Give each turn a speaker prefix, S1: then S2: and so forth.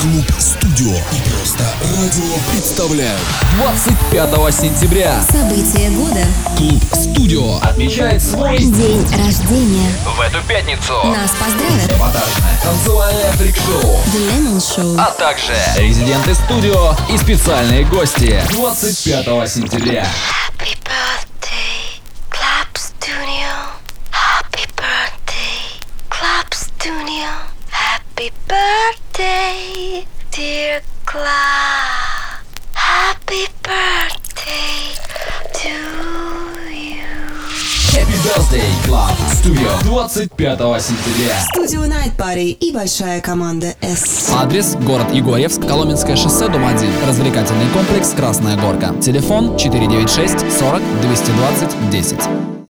S1: Клуб Студио и просто радио представляют
S2: 25 сентября
S3: События года.
S1: Клуб Студио
S2: отмечает свой
S3: День рождения.
S2: в эту пятницу.
S3: Нас поздравят
S2: Подарочное танцевальное фрик-шоу,
S3: Lemon Show.
S2: а также резиденты студио и специальные гости. 25 сентября.
S4: Happy birthday, Club Studio. Happy birthday, Club Studio. Happy birthday, dear Club. Happy birthday to you.
S2: Happy Birthday Club Studio 25 сентября.
S5: Студио Найт Пари и большая команда С.
S2: Адрес город Егорьевск, Коломенское шоссе, дом 1. Развлекательный комплекс «Красная горка». Телефон 496 40 220 10.